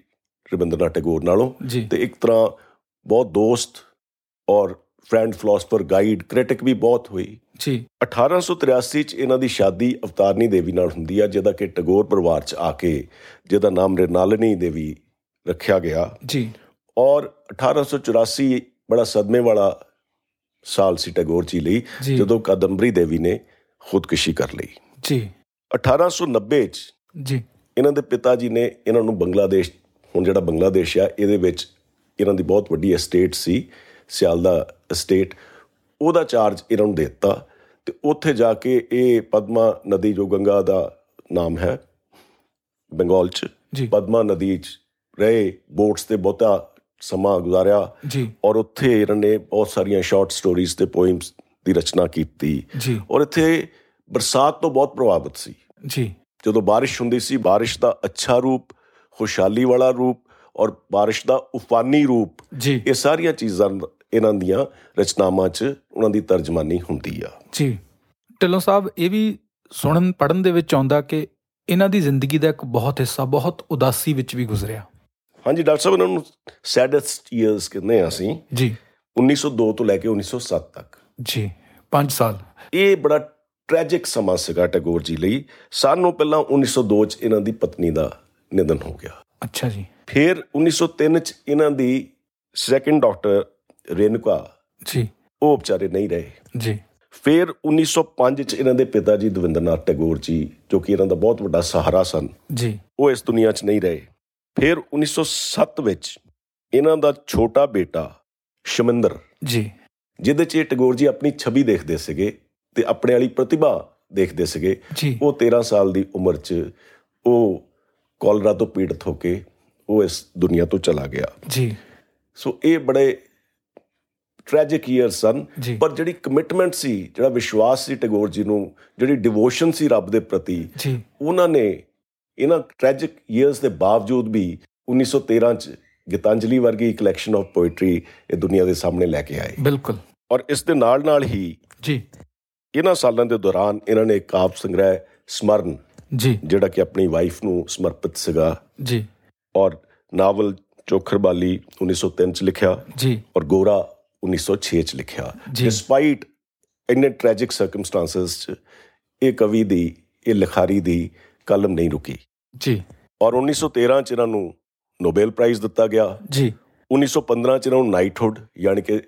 ਰਵਿੰਦਰਨਾਥ ਟੈਗੋਰ ਨਾਲੋਂ
ਜੀ
ਤੇ ਇੱਕ ਤਰ੍ਹਾਂ ਬਹੁਤ ਦੋਸਤ ਔਰ ਫਰੈਂਡ ਫਿਲਾਸਫਰ ਗਾਈਡ ਕ੍ਰਿਟਿਕ ਵੀ ਬਹੁਤ ਹੋਈ
ਜੀ
1883 ਚ ਇਹਨਾਂ ਦੀ ਸ਼ਾਦੀ ਅਵਤਾਰਨੀ ਦੇਵੀ ਨਾਲ ਹੁੰਦੀ ਆ ਜਿਹਦਾ ਕਿ ਟੈਗੋਰ ਪਰਿਵਾਰ ਚ ਆ ਕੇ ਜਿਹਦਾ ਨਾਮ ਰਿਨਾਲਨੀ ਦੇਵੀ ਰੱਖਿਆ ਗਿਆ
ਜੀ
ਔਰ 1884 ਬੜਾ ਸਦਮੇ ਵਾਲਾ ਸਾਲ ਸੀ ਟੈਗੋਰ ਜੀ ਲਈ
ਜੀ
ਜਦੋਂ ਕਾਦੰਬਰੀ ਦੇਵੀ ਨੇ ਖੁਦਕੁਸ਼ੀ ਕਰ ਲਈ
ਜੀ
1890 ਚ
ਜੀ
ਇਹਨਾਂ ਦੇ ਪਿਤਾ ਜੀ ਨੇ ਇਹਨਾਂ ਨੂੰ ਬੰਗਲਾਦੇਸ਼ ਹੁਣ ਜਿਹੜਾ ਬੰਗਲਾਦੇਸ਼ ਆ ਇਹਦੇ ਵਿੱਚ ਇਹਨਾਂ ਦੀ ਬਹੁਤ ਵੱਡੀ ਐਸਟੇਟ ਸੀ ਸਿਆਲਦਾ ਐਸਟੇਟ ਉਹਦਾ ਚਾਰਜ ਇਹਨਾਂ ਨੂੰ ਦੇ ਦਿੱਤਾ ਤੇ ਉੱਥੇ ਜਾ ਕੇ ਇਹ ਪਦਮਾ ਨਦੀ ਜੋ ਗੰਗਾ ਦਾ ਨਾਮ ਹੈ ਬੰਗਾਲ 'ਚ
ਜੀ
ਪਦਮਾ ਨਦੀ 'ਚ ਰਹੇ ਬੋਟਸ ਤੇ ਬਹੁਤਾ ਸਮਾਂ ਗੁਜ਼ਾਰਿਆ
ਜੀ
ਔਰ ਉੱਥੇ ਇਹਨਾਂ ਨੇ ਬਹੁਤ ਸਾਰੀਆਂ ਸ਼ਾਰਟ ਸਟੋਰੀਜ਼ ਤੇ ਪੋਇਮਸ ਦੀ ਰਚਨਾ ਕੀਤੀ
ਜੀ
ਔਰ ਇੱਥੇ ਬਰਸਾਤ ਤੋਂ ਬਹੁਤ ਪ੍ਰਭਾਵਿਤ ਸੀ
ਜੀ
ਜਦੋਂ ਬਾਰਿਸ਼ ਹੁੰਦੀ ਸੀ ਬਾਰਿਸ਼ ਦਾ ਅੱਛਾ ਰੂਪ ਖੁਸ਼ਹਾਲੀ ਵਾਲਾ ਰੂਪ ਔਰ ਬਾਰਿਸ਼ ਦਾ ਉਫਾਨੀ ਰੂਪ
ਜੀ
ਇਹ ਸਾਰੀਆਂ ਚੀਜ਼ਾਂ ਇਹਨਾਂ ਦੀਆਂ ਰਚਨਾਵਾਂ 'ਚ ਉਹਨਾਂ ਦੀ ਤਰਜਮਾਨੀ ਹੁੰਦੀ ਆ
ਜੀ ਢਿੱਲੋਂ ਸਾਹਿਬ ਇਹ ਵੀ ਸੁਣਨ ਪੜਨ ਦੇ ਵਿੱਚ ਆਉਂਦਾ ਕਿ ਇਹਨਾਂ ਦੀ ਜ਼ਿੰਦਗੀ ਦਾ ਇੱਕ ਬਹੁਤ ਹਿੱਸਾ ਬਹੁਤ ਉਦਾਸੀ ਵਿੱਚ ਵੀ ਗੁਜ਼ਰਿਆ
ਹਾਂਜੀ ਡਾਕਟਰ ਸਾਹਿਬ ਇਹਨਾਂ ਨੂੰ ਸੈਡੈਸਟ ਇਅਰਸ ਕਹਿੰਦੇ ਆ ਅਸੀਂ
ਜੀ
1902 ਤੋਂ ਲੈ ਕੇ 1907 ਤੱਕ
ਜੀ 5 ਸਾਲ
ਇਹ ਬੜਾ ਟ੍ਰੈਜਿਕ ਸਮਾਂ ਸੀਗਾ ਟੈਗੋਰ ਜੀ ਲਈ ਸਾਨੂੰ ਪਹਿਲਾਂ 1902 'ਚ ਇਹਨਾਂ ਦੀ ਪਤਨੀ ਦਾ ਨਿਧਨ ਹੋ ਗਿਆ
ਅੱਛਾ ਜੀ
ਫਿਰ 1903 'ਚ ਇਹਨਾਂ ਦੀ ਸੈਕੰਡ ਡਾਕਟਰ ਰੇਨੁਕਾ
ਜੀ
ਉਹ ਵਿਚਾਰੇ ਨਹੀਂ ਰਹੇ
ਜੀ
ਫਿਰ 1905 ਚ ਇਹਨਾਂ ਦੇ ਪਿਤਾ ਜੀ ਦਵਿੰਦਰਨਾਥ ਟੈਗੋਰ ਜੀ ਜੋ ਕਿ ਇਹਨਾਂ ਦਾ ਬਹੁਤ ਵੱਡਾ ਸਹਾਰਾ ਸਨ
ਜੀ
ਉਹ ਇਸ ਦੁਨੀਆ 'ਚ ਨਹੀਂ ਰਹੇ ਫਿਰ 1907 ਵਿੱਚ ਇਹਨਾਂ ਦਾ ਛੋਟਾ ਬੇਟਾ ਸ਼ਮਿੰਦਰ
ਜੀ
ਜਿਹਦੇ 'ਚ ਇਹ ਟੈਗੋਰ ਜੀ ਆਪਣੀ ਛਵੀ ਦੇਖਦੇ ਸੀਗੇ ਤੇ ਆਪਣੇ ਵਾਲੀ ਪ੍ਰਤਿਭਾ ਦੇਖਦੇ ਸੀਗੇ
ਜੀ
ਉਹ 13 ਸਾਲ ਦੀ ਉਮਰ 'ਚ ਉਹ ਕੋਲਰਾ ਤੋਂ ਪੀੜਤ ਹੋ ਕੇ ਉਹ ਇਸ ਦੁਨੀਆ ਤੋਂ ਚਲਾ ਗਿਆ
ਜੀ
ਸੋ ਇਹ ਬੜੇ ਟ੍ਰੈਜਿਕ ਈਅਰ ਸਨ
ਜੀ
ਪਰ ਜਿਹੜੀ ਕਮਿਟਮੈਂਟ ਸੀ ਜਿਹੜਾ ਵਿਸ਼ਵਾਸ ਸੀ ਟੈਗੋਰ ਜੀ ਨੂੰ ਜਿਹੜੀ ਡਿਵੋਸ਼ਨ ਸੀ ਰੱਬ ਦੇ ਪ੍ਰਤੀ
ਜੀ
ਉਹਨਾਂ ਨੇ ਇਹਨਾਂ ਟ੍ਰੈਜਿਕ ਈਅਰਸ ਦੇ ਬਾਵਜੂਦ ਵੀ 1913 ਚ ਗੀਤਾਂਜਲੀ ਵਰਗੀ ਕਲੈਕਸ਼ਨ ਆਫ ਪੋਇਟਰੀ ਇਹ ਦੁਨੀਆ ਦੇ ਸਾਹਮਣੇ ਲੈ ਕੇ ਆਏ
ਬਿਲਕੁਲ
ਔਰ ਇਸ ਦੇ ਨਾਲ ਨਾਲ ਹੀ
ਜੀ
ਇਹਨਾਂ ਸਾਲਾਂ ਦੇ ਦੌਰਾਨ ਇਹਨਾਂ ਨੇ ਇੱਕ ਕਾਵਿ ਸੰਗ੍ਰਹਿ ਸਮਰਨ
ਜੀ
ਜਿਹੜਾ ਕਿ ਆਪਣੀ ਵਾਈਫ ਨੂੰ ਸਮਰਪਿਤ ਸੀਗਾ
ਜੀ
ਔਰ ਨਾਵਲ ਚੋਖਰਬਾਲੀ 1903 ਚ ਲਿਖਿਆ
ਜੀ
ਔਰ ਗੋਰਾ 1906 ਚ ਲਿਖਿਆ
ਜੀ
ਡਿਸਪਾਈਟ ਇੰਨੇ ਟ੍ਰੈਜਿਕ ਸਰਕਮਸਟੈਂਸਸ ਚ ਇਹ ਕਵੀ ਦੀ ਇਹ ਲਿਖਾਰੀ ਦੀ ਕਲਮ ਨਹੀਂ ਰੁਕੀ
ਜੀ
ਔਰ 1913 ਚ ਇਹਨਾਂ ਨੂੰ ਨੋਬੈਲ ਪ੍ਰਾਈਜ਼ ਦਿੱਤਾ ਗਿਆ
ਜੀ
1915 ਚ ਇਹਨਾਂ ਨੂੰ ਨਾਈਟਹੁੱਡ ਯਾਨੀ ਕਿ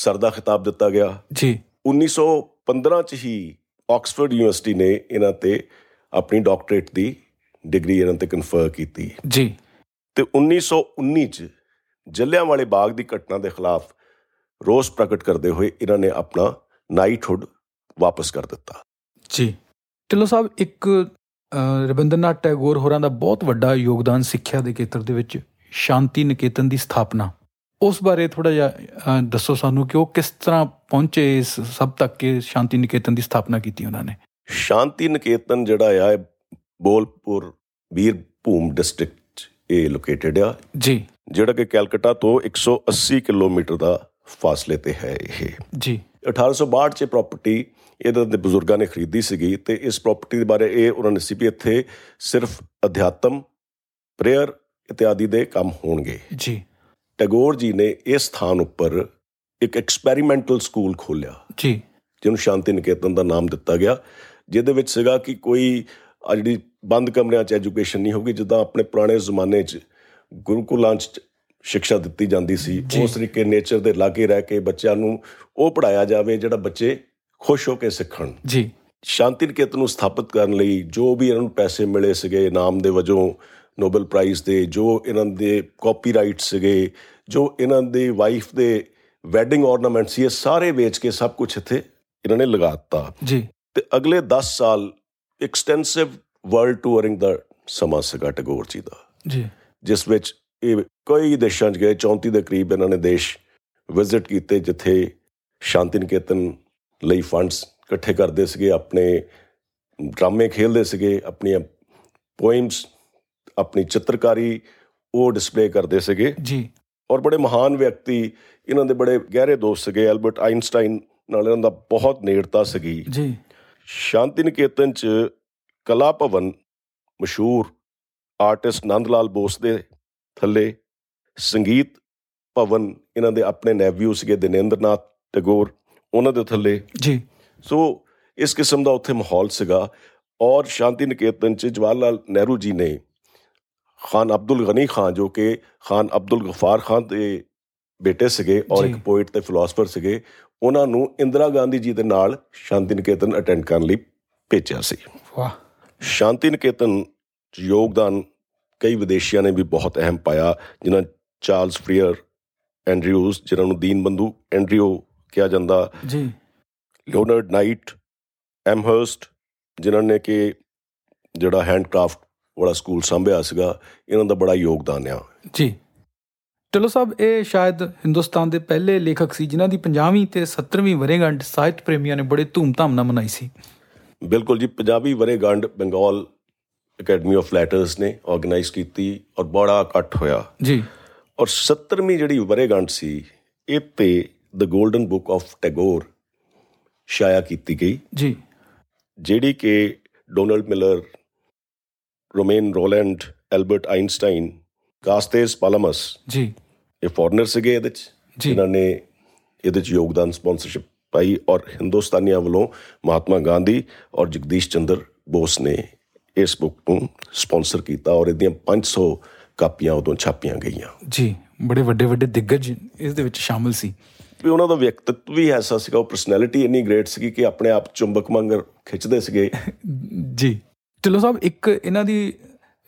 ਸਰ ਦਾ ਖਿਤਾਬ ਦਿੱਤਾ ਗਿਆ
ਜੀ
1915 ਚ ਹੀ ਆਕਸਫੋਰਡ ਯੂਨੀਵਰਸਿਟੀ ਨੇ ਇਹਨਾਂ ਤੇ ਆਪਣੀ ਡਾਕਟਰੇਟ ਦੀ ਡਿਗਰੀ ਇਹਨਾਂ ਤੇ ਕਨਫਰ ਕੀਤੀ
ਜੀ
ਤੇ 1919 ਚ ਜਲਿਆਂਵਾਲੇ ਬਾਗ ਦੀ ਘਟਨਾ ਦੇ ਖਿਲਾਫ ਰੋਸ ਪ੍ਰਗਟ ਕਰਦੇ ਹੋਏ ਇਹਨਾਂ ਨੇ ਆਪਣਾ ਨਾਈਟਹੁੱਡ ਵਾਪਸ ਕਰ ਦਿੱਤਾ
ਜੀ ਢਿੱਲੋਂ ਸਾਹਿਬ ਇੱਕ ਅ, ਰਬਿੰਦਰਨਾਥ ਟੈਗੋਰ ਹੋਰਾਂ ਦਾ ਬਹੁਤ ਵੱਡਾ ਯੋਗਦਾਨ ਸਿੱਖਿਆ ਦੇ ਖੇਤਰ ਦੇ ਵਿੱਚ ਸ਼ਾਂਤੀ ਨਿਕੇਤਨ ਦੀ ਸਥਾਪਨਾ ਉਸ ਬਾਰੇ ਥੋੜਾ ਜਿਹਾ ਅ, ਦੱਸੋ ਸਾਨੂੰ ਕਿ ਉਹ ਕਿਸ ਤਰ੍ਹਾਂ ਪਹੁੰਚੇ ਇਸ ਸਭ ਤੱਕ ਕਿ ਸ਼ਾਂਤੀ ਨਿਕੇਤਨ ਦੀ ਸਥਾਪਨਾ ਕੀਤੀ ਉਹਨਾਂ ਨੇ
ਸ਼ਾਂਤੀ ਨਿਕੇਤਨ ਜਿਹੜਾ ਆ ਇਹ ਬੋਲਪੁਰ ਵੀਰਭੂਮ ਡਿਸਟ੍ਰਿਕਟ 'ਚ ਇਹ ਲੋਕੇਟਡ ਆ
ਜੀ
ਜਿਹੜਾ ਕਿ ਕੈਲਕਟਾ ਤੋਂ 180 ਕਿਲੋਮੀਟਰ ਦਾ ਫਾਸਲੇ ਤੇ ਹੈ ਇਹ
ਜੀ
1862 ਚ ਪ੍ਰਾਪਰਟੀ ਇਹਨਾਂ ਦੇ ਬਜ਼ੁਰਗਾਂ ਨੇ ਖਰੀਦੀ ਸੀਗੀ ਤੇ ਇਸ ਪ੍ਰਾਪਰਟੀ ਦੇ ਬਾਰੇ ਇਹ ਉਹਨਾਂ ਨੇ ਸੀ ਵੀ ਇੱਥੇ ਸਿਰਫ ਅਧਿਆਤਮ ਪ੍ਰੇਅਰ ਇਤਿਆਦੀ ਦੇ ਕੰਮ ਹੋਣਗੇ
ਜੀ
ਟੈਗੋਰ ਜੀ ਨੇ ਇਸ ਸਥਾਨ ਉੱਪਰ ਇੱਕ ਐਕਸਪੈਰੀਮੈਂਟਲ ਸਕੂਲ ਖੋਲ੍ਹਿਆ
ਜੀ
ਜਿਹਨੂੰ ਸ਼ਾਂਤੀ ਨਿਕੇਤਨ ਦਾ ਨਾਮ ਦਿੱਤਾ ਗਿਆ ਜਿਹਦੇ ਵਿੱਚ ਸੀਗਾ ਕਿ ਕੋਈ ਆ ਜਿਹੜੀ ਬੰਦ ਕਮਰਿਆਂ 'ਚ ਐਜੂਕੇਸ਼ਨ ਨਹੀਂ ਹੋਗੀ ਜਿੱਦਾਂ ਆਪਣੇ ਪੁਰਾਣੇ ਜ਼ਮਾਨੇ 'ਚ ਗੁਰੂਕੁਲਾਂ 'ਚ ਸਿੱਖਿਆ ਦਿੱਤੀ ਜਾਂਦੀ ਸੀ
ਜੀ।
ਉਸ ਤਰੀਕੇ ਨੇਚਰ ਦੇ ਲਾਗੇ ਰਹਿ ਕੇ ਬੱਚਿਆਂ ਨੂੰ ਉਹ ਪੜਾਇਆ ਜਾਵੇ ਜਿਹੜਾ ਬੱਚੇ ਖੁਸ਼ ਹੋ ਕੇ ਸਿੱਖਣ
ਜੀ
ਸ਼ਾਂਤੀ ਨਿਕੇਤਨ ਨੂੰ ਸਥਾਪਿਤ ਕਰਨ ਲਈ ਜੋ ਵੀ ਇਹਨਾਂ ਨੂੰ ਪੈਸੇ ਮਿਲੇ ਸੀਗੇ ਇਨਾਮ ਦੇ ਵਜੋਂ ਨੋਬਲ ਪ੍ਰਾਈਜ਼ ਦੇ ਜੋ ਇਹਨਾਂ ਦੇ ਕਾਪੀਰਾਈਟ ਸੀਗੇ ਜੋ ਇਹਨਾਂ ਦੀ ਵਾਈਫ ਦੇ ਵੈਡਿੰਗ ornament ਸੀ ਇਹ ਸਾਰੇ ਵੇਚ ਕੇ ਸਭ ਕੁਝ ਇੱਥੇ ਇਹਨਾਂ ਨੇ ਲਗਾ ਦਿੱਤਾ
ਜੀ
ਤੇ ਅਗਲੇ 10 ਸਾਲ ਐਕਸਟੈਂਸਿਵ ਵਰਲਡ ਟੂਰਿੰਗ ਦਾ ਸਮਾਂ ਸੀਗਾ ਟੈਗੋਰ ਜੀ ਦਾ
ਜੀ
ਜਿਸ ਵਿੱਚ ਇਹ ਕਈ ਦੇਸ਼ਾਂ 'ਚ ਗਏ 34 ਦੇ ਕਰੀਬ ਇਹਨਾਂ ਨੇ ਦੇਸ਼ ਵਿਜ਼ਿਟ ਕੀਤੇ ਜਿੱਥੇ ਸ਼ਾਂਤੀ ਨਿਕੇਤਨ ਲਈ ਫੰਡਸ ਇਕੱਠੇ ਕਰਦੇ ਸੀਗੇ ਆਪਣੇ ਡਰਾਮੇ ਖੇਲਦੇ ਸੀਗੇ ਆਪਣੀਆਂ ਪੋਇਮਸ ਆਪਣੀ ਚਿੱਤਰਕਾਰੀ ਉਹ ਡਿਸਪਲੇ ਕਰਦੇ ਸੀਗੇ
ਜੀ
ਔਰ ਬੜੇ ਮਹਾਨ ਵਿਅਕਤੀ ਇਹਨਾਂ ਦੇ ਬੜੇ ਗਹਿਰੇ ਦੋਸਤ ਸੀਗੇ ਐਲਬਰਟ ਆਇਨਸਟਾਈਨ ਨਾਲ ਇਹਨਾਂ ਦਾ ਬਹੁਤ ਨੇੜਤਾ ਸੀਗੀ
ਜੀ
ਸ਼ਾਂਤੀ ਨਿਕੇਤਨ 'ਚ ਕਲਾ ਭਵਨ ਮਸ਼ਹੂਰ ਆਰਟਿਸਟ ਨੰਦ ਲਾਲ ਬੋਸ ਦੇ ਥੱਲੇ ਸੰਗੀਤ ਭਵਨ ਇਹਨਾਂ ਦੇ ਆਪਣੇ ਨੈਵਿਊ ਸੀਗੇ ਦਿਨੇਂਦਰਨਾਥ ਟੈਗੋਰ ਉਹਨਾਂ ਦੇ ਥੱਲੇ
ਜੀ
ਸੋ ਇਸ ਕਿਸਮ ਦਾ ਉੱਥੇ ਮਾਹੌਲ ਸੀਗਾ ਔਰ ਸ਼ਾਂਤੀ ਨਿਕੇਤਨ ਚ ਜਵਾਹਰ ਲਾਲ ਨਹਿਰੂ ਜੀ ਨੇ ਖਾਨ ਅਬਦੁਲ ਗਨੀ ਖਾਨ ਜੋ ਕਿ ਖਾਨ ਅਬਦੁਲ ਗਫਾਰ ਖਾਨ ਦੇ ਬੇਟੇ ਸੀਗੇ ਔਰ
ਜੀ।
ਇੱਕ ਪੋਇਟ ਤੇ ਫਿਲਾਸਫਰ ਸੀਗੇ ਉਹਨਾਂ ਨੂੰ ਇੰਦਰਾ ਗਾਂਧੀ ਜੀ ਦੇ ਨਾਲ ਸ਼ਾਂਤੀ ਨਿਕੇਤਨ ਅਟੈਂਡ ਕਰਨ ਲਈ ਭੇਜਿਆ ਸੀ
ਵਾਹ
ਸ਼ਾਂਤੀ ਨਿਕੇਤਨ ਚ ਯੋਗਦਾਨ ਕਈ ਵਿਦੇਸ਼ੀਆਂ ਨੇ ਵੀ ਬਹੁਤ ਅਹਿਮ ਪਾਇਆ ਜਿਨ੍ਹਾਂ ਚਾਰਲਸ ਫਰੀਅਰ ਐਂਡਰਿਊਜ਼ ਜਿਨ੍ਹਾਂ ਨੂੰ ਦੀਨ ਬੰਧੂ ਐਂਡਰਿਊ ਕਿਹਾ ਜਾਂਦਾ
ਜੀ
ਲਿਓਨਰਡ ਨਾਈਟ ਐਮਹਰਸਟ ਜਿਨ੍ਹਾਂ ਨੇ ਕਿ ਜਿਹੜਾ ਹੈਂਡਕ੍ਰਾਫਟ ਵਾਲਾ ਸਕੂਲ ਸੰਭਿਆ ਸੀਗਾ ਇਹਨਾਂ ਦਾ ਬੜਾ ਯੋਗਦਾਨ ਆ
ਜੀ ਟਿਲੋ ਸਾਹਿਬ ਇਹ ਸ਼ਾਇਦ ਹਿੰਦੁਸਤਾਨ ਦੇ ਪਹਿਲੇ ਲੇਖਕ ਸੀ ਜਿਨ੍ਹਾਂ ਦੀ 50ਵੀਂ ਤੇ 70ਵੀਂ ਵਰ੍ਹੇਗੰਢ ਸਾਹਿਤ ਪ੍ਰੇਮੀਆਂ ਨੇ ਬੜੇ ਧੂਮਧਾਮ ਨਾਲ ਮਨਾਈ ਸੀ
ਬਿਲਕੁਲ ਜੀ ਪੰਜਾਬੀ ਵਰ੍ਹੇਗੰਢ ਬੰਗਾਲ ਅਕੈਡਮੀ ਆਫ ਲੈਟਰਸ ਨੇ ਆਰਗੇਨਾਈਜ਼ ਕੀਤੀ ਔਰ ਬੜਾ ਇਕੱਠ ਹੋਇਆ
ਜੀ
ਔਰ 70ਵੀਂ ਜਿਹੜੀ ਵਰ੍ਹੇਗੰਢ ਸੀ ਇਹ ਤੇ the golden book of Tagore ਸ਼ਾਇਆ ਕੀਤੀ ਗਈ
ਜੀ
ਜਿਹੜੀ ਕਿ Donald Miller Romain Rolland Albert Einstein ਗਾਸਤੇਸ ਪਾਲਮਸ
ਜੀ
ਇਹ ਫੋਰਨਰ ਸੀਗੇ ਇਹਦੇ ਚ
ਜੀ।
ਇਹਨਾਂ ਨੇ ਇਹਦੇ ਚ ਯੋਗਦਾਨ ਸਪਾਂਸਰਸ਼ਿਪ ਪਾਈ ਔਰ ਹਿੰਦੁਸਤਾਨੀਆਂ ਵੱਲੋਂ ਮਹਾਤਮਾ ਗਾਂਧੀ ਔਰ ਜਗਦੀਸ਼ ਚੰਦਰ ਬੋਸ ਨੇ ਇਸ ਬੁੱਕ ਨੂੰ ਸਪਾਂਸਰ ਕੀਤਾ ਔਰ ਇਹਦੀਆਂ 500 ਕਾਪੀਆਂ ਉਦੋਂ ਛਾਪੀਆਂ ਗਈਆਂ
ਜੀ ਬੜੇ ਵੱਡੇ ਵੱਡੇ ਦਿੱਗਜ ਇਸ ਦੇ ਵਿੱਚ ਸ਼ਾਮਲ ਸੀ
ਵੀ ਉਹਨਾਂ ਦਾ ਵਿਅਕਤੀਤਵ ਵੀ ਐਸਾ ਸੀਗਾ ਉਹ ਪਰਸਨੈਲਿਟੀ ਇੰਨੀ ਗ੍ਰੇਟ ਸੀਗੀ ਕਿ ਆਪਣੇ ਆਪ ਚੁੰਬਕ ਮੰਗਰ ਖਿੱਚਦੇ ਸੀਗੇ
ਜੀ ਢਿੱਲੋਂ ਸਾਹਿਬ ਇੱਕ ਇਹਨਾਂ ਦੀ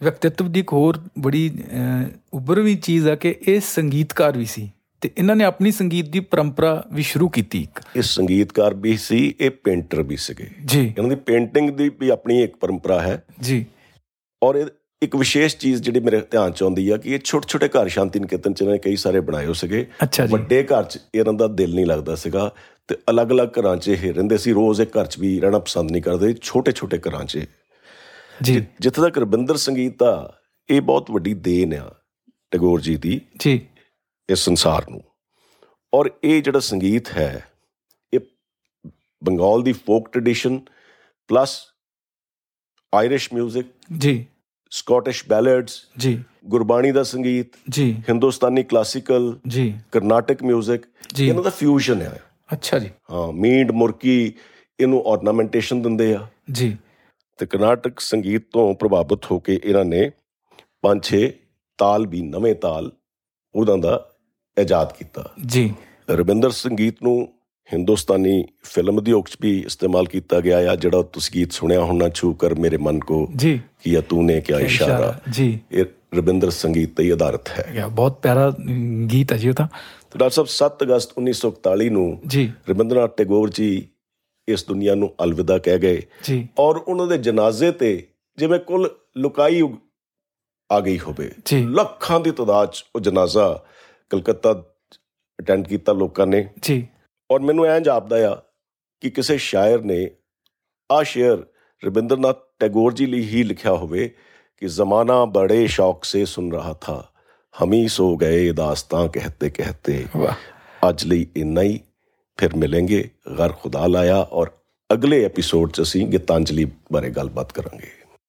ਵਿਅਕਤੀਤਵ ਦੀ ਇੱਕ ਹੋਰ ਬੜੀ ਅਹ, ਉੱਭਰਵੀਂ ਚੀਜ਼ ਆ ਕਿ ਇਹ ਸੰਗੀਤਕਾਰ ਵੀ ਸੀ ਤੇ ਇਹਨਾਂ ਨੇ ਆਪਣੀ ਸੰਗੀਤ ਦੀ ਪਰੰਪਰਾ ਵੀ ਸ਼ੁਰੂ ਕੀਤੀ ਇੱਕ
ਇਹ ਸੰਗੀਤਕਾਰ ਵੀ ਸੀ ਇਹ ਪੇਂਟਰ ਵੀ ਸੀਗੇ
ਜੀ
ਇਹਨਾਂ ਦੀ ਪੇਂਟਿੰਗ ਦੀ ਵੀ ਆਪਣੀ ਇੱਕ ਪਰੰਪਰਾ ਹੈ
ਜੀ
ਔਰ ਇਹ ਇੱਕ ਵਿਸ਼ੇਸ਼ ਚੀਜ਼ ਜਿਹੜੀ ਮੇਰੇ ਧਿਆਨ ਚ ਆਉਂਦੀ ਆ ਕਿ ਇਹ ਛੋਟੇ ਛੋਟੇ ਘਰ ਸ਼ਾਂਤੀ ਨਿਕੇਤਨ ਚ ਇਹਨਾਂ ਨੇ ਕਈ ਸਾਰੇ ਬਣਾਏ ਹੋ ਸੀਗੇ
ਅੱਛਾ ਜੀ
ਵੱਡੇ ਘਰ ਚ ਇਹਨਾਂ ਦਾ ਦਿਲ ਨਹੀਂ ਲੱਗਦਾ ਸੀਗਾ ਤੇ ਅਲੱਗ-ਅਲੱਗ ਘਰਾਂ 'ਚ ਇਹ ਰਹਿੰਦੇ ਸੀ ਰੋਜ਼ ਇੱਕ ਘਰ 'ਚ ਵੀ ਰਹਿਣਾ ਪਸੰਦ ਨਹੀਂ ਕਰਦੇ ਛੋਟੇ-ਛੋਟੇ ਘਰਾਂ 'ਚ
ਜੀ
ਜਿੱਥੇ ਤੱਕ ਰਵਿੰਦਰ ਸੰਗੀਤ ਦਾ ਇਹ ਬਹੁਤ ਵੱਡੀ ਦੇਣ ਆ ਟੈਗੋਰ ਜੀ ਦੀ
ਜੀ
ਇਸ ਸੰਸਾਰ ਨੂੰ ਔਰ ਇਹ ਜਿਹੜਾ ਸੰਗੀਤ ਹੈ ਇਹ ਬੰਗਾਲ ਦੀ ਫੋਕ ਟ੍ਰੈਡੀਸ਼ਨ ਪਲੱਸ ਆਇਰਿਸ਼ 뮤직
ਜੀ
ਸਕਾਟਿਸ਼ ਬੈਲਡਸ
ਜੀ
ਗੁਰਬਾਣੀ ਦਾ ਸੰਗੀਤ
ਜੀ
ਹਿੰਦੁਸਤਾਨੀ ਕਲਾਸੀਕਲ
ਜੀ
ਕਰਨਾਟਕ 뮤직
ਜੀ
ਇਹਨਾਂ ਦਾ ਫਿਊਜ਼ਨ ਹੈ
ਅੱਛਾ ਜੀ
ਹਾਂ ਮੀਂਡ ਮੁਰਕੀ ਇਹਨੂੰ ornamentation ਦਿੰਦੇ ਆ
ਜੀ
ਤੇ ਕਰਨਾਟਕ ਸੰਗੀਤ ਤੋਂ ਪ੍ਰਭਾਵਿਤ ਹੋ ਕੇ ਇਹਨਾਂ ਨੇ ਪੰਜ ਛੇ ਤਾਲ ਵੀ ਨਵੇਂ ਤਾਲ ਉਹਨਾਂ ਦਾ ਇਜਾਦ ਕੀਤਾ
ਜੀ
ਰਵਿੰਦਰ ਸੰਗੀਤ ਨੂੰ ਹਿੰਦੁਸਤਾਨੀ ਫਿਲਮ ਉਦਯੋਗ 'ਚ ਵੀ ਇਸਤੇਮਾਲ ਕੀਤਾ ਗਿਆ ਆ ਜਿਹੜਾ ਤੁਸੀਂ ਗੀਤ ਸੁਣਿਆ ਹੋਣਾ ਛੂ ਕਰ ਮੇਰੇ ਮਨ ਕੋ
ਜੀ
ਕੀਆ ਤੂਨੇ ਕਿਆ ਇਸ਼ਾਰਾ
ਜੀ
ਇਹ ਰਵਿੰਦਰ ਸੰਗੀਤ ਤੇ ਹੀ ਆਧਾਰਿਤ ਹੈ
ਯਾ ਬਹੁਤ ਪਿਆਰਾ ਅਮ, ਗੀਤ ਹੈ ਜੀ ਉਹ ਤਾਂ
ਤੇ ਡਾਕਟਰ ਸਾਹਿਬ 7 ਅਗਸਤ 1941 ਨੂੰ
ਜੀ
ਰਵਿੰਦਰਨਾਥ ਟੈਗੋਰ ਜੀ ਇਸ ਦੁਨੀਆ ਨੂੰ ਅਲਵਿਦਾ ਕਹਿ ਗਏ
ਜੀ
ਔਰ ਉਹਨਾਂ ਦੇ ਜਨਾਜ਼ੇ ਤੇ ਜਿਵੇਂ ਕੁੱਲ ਲੁਕਾਈ ਉਗ- ਆ ਗਈ ਹੋਵੇ
ਜੀ।
ਲੱਖਾਂ ਦੀ ਤਦਾਦ 'ਚ ਉਹ ਜਨਾਜ਼ਾ ਕਲਕੱਤਾ ਅਟੈਂਡ ਕੀਤਾ ਲੋਕਾਂ ਨੇ
ਜੀ
ਔਰ ਮੈਨੂੰ ਐਂ ਜਾਪਦਾ ਆ ਕਿ ਕਿਸੇ ਸ਼ਾਇਰ ਨੇ ਆ ਸ਼ੇਅਰ ਰਵਿੰਦਰਨਾਥ ਟੈਗੋਰ ਜੀ ਲਈ ਹੀ ਲਿਖਿਆ ਹੋਵੇ ਕਿ ਜ਼ਮਾਨਾ ਬੜੇ ਸ਼ੌਕ ਸੇ ਸੁਣ ਰਹਾ ਥਾ ਹਮੀ ਸੋ ਗਏ ਦਾਸਤਾਂ ਕਹਤੇ ਕਹਤੇ
ਵਾਹ
ਅੱਜ ਲਈ ਇੰਨਾ ਹੀ ਫਿਰ ਮਿਲਾਂਗੇ ਗਰ ਖੁਦਾ ਲਾਇਆ ਔਰ ਅਗਲੇ ਐਪੀਸੋਡ 'ਚ ਅਸੀਂ ਗੀਤਾਂਜਲੀ ਬਾਰੇ ਗੱਲਬਾਤ ਕਰਾਂਗੇ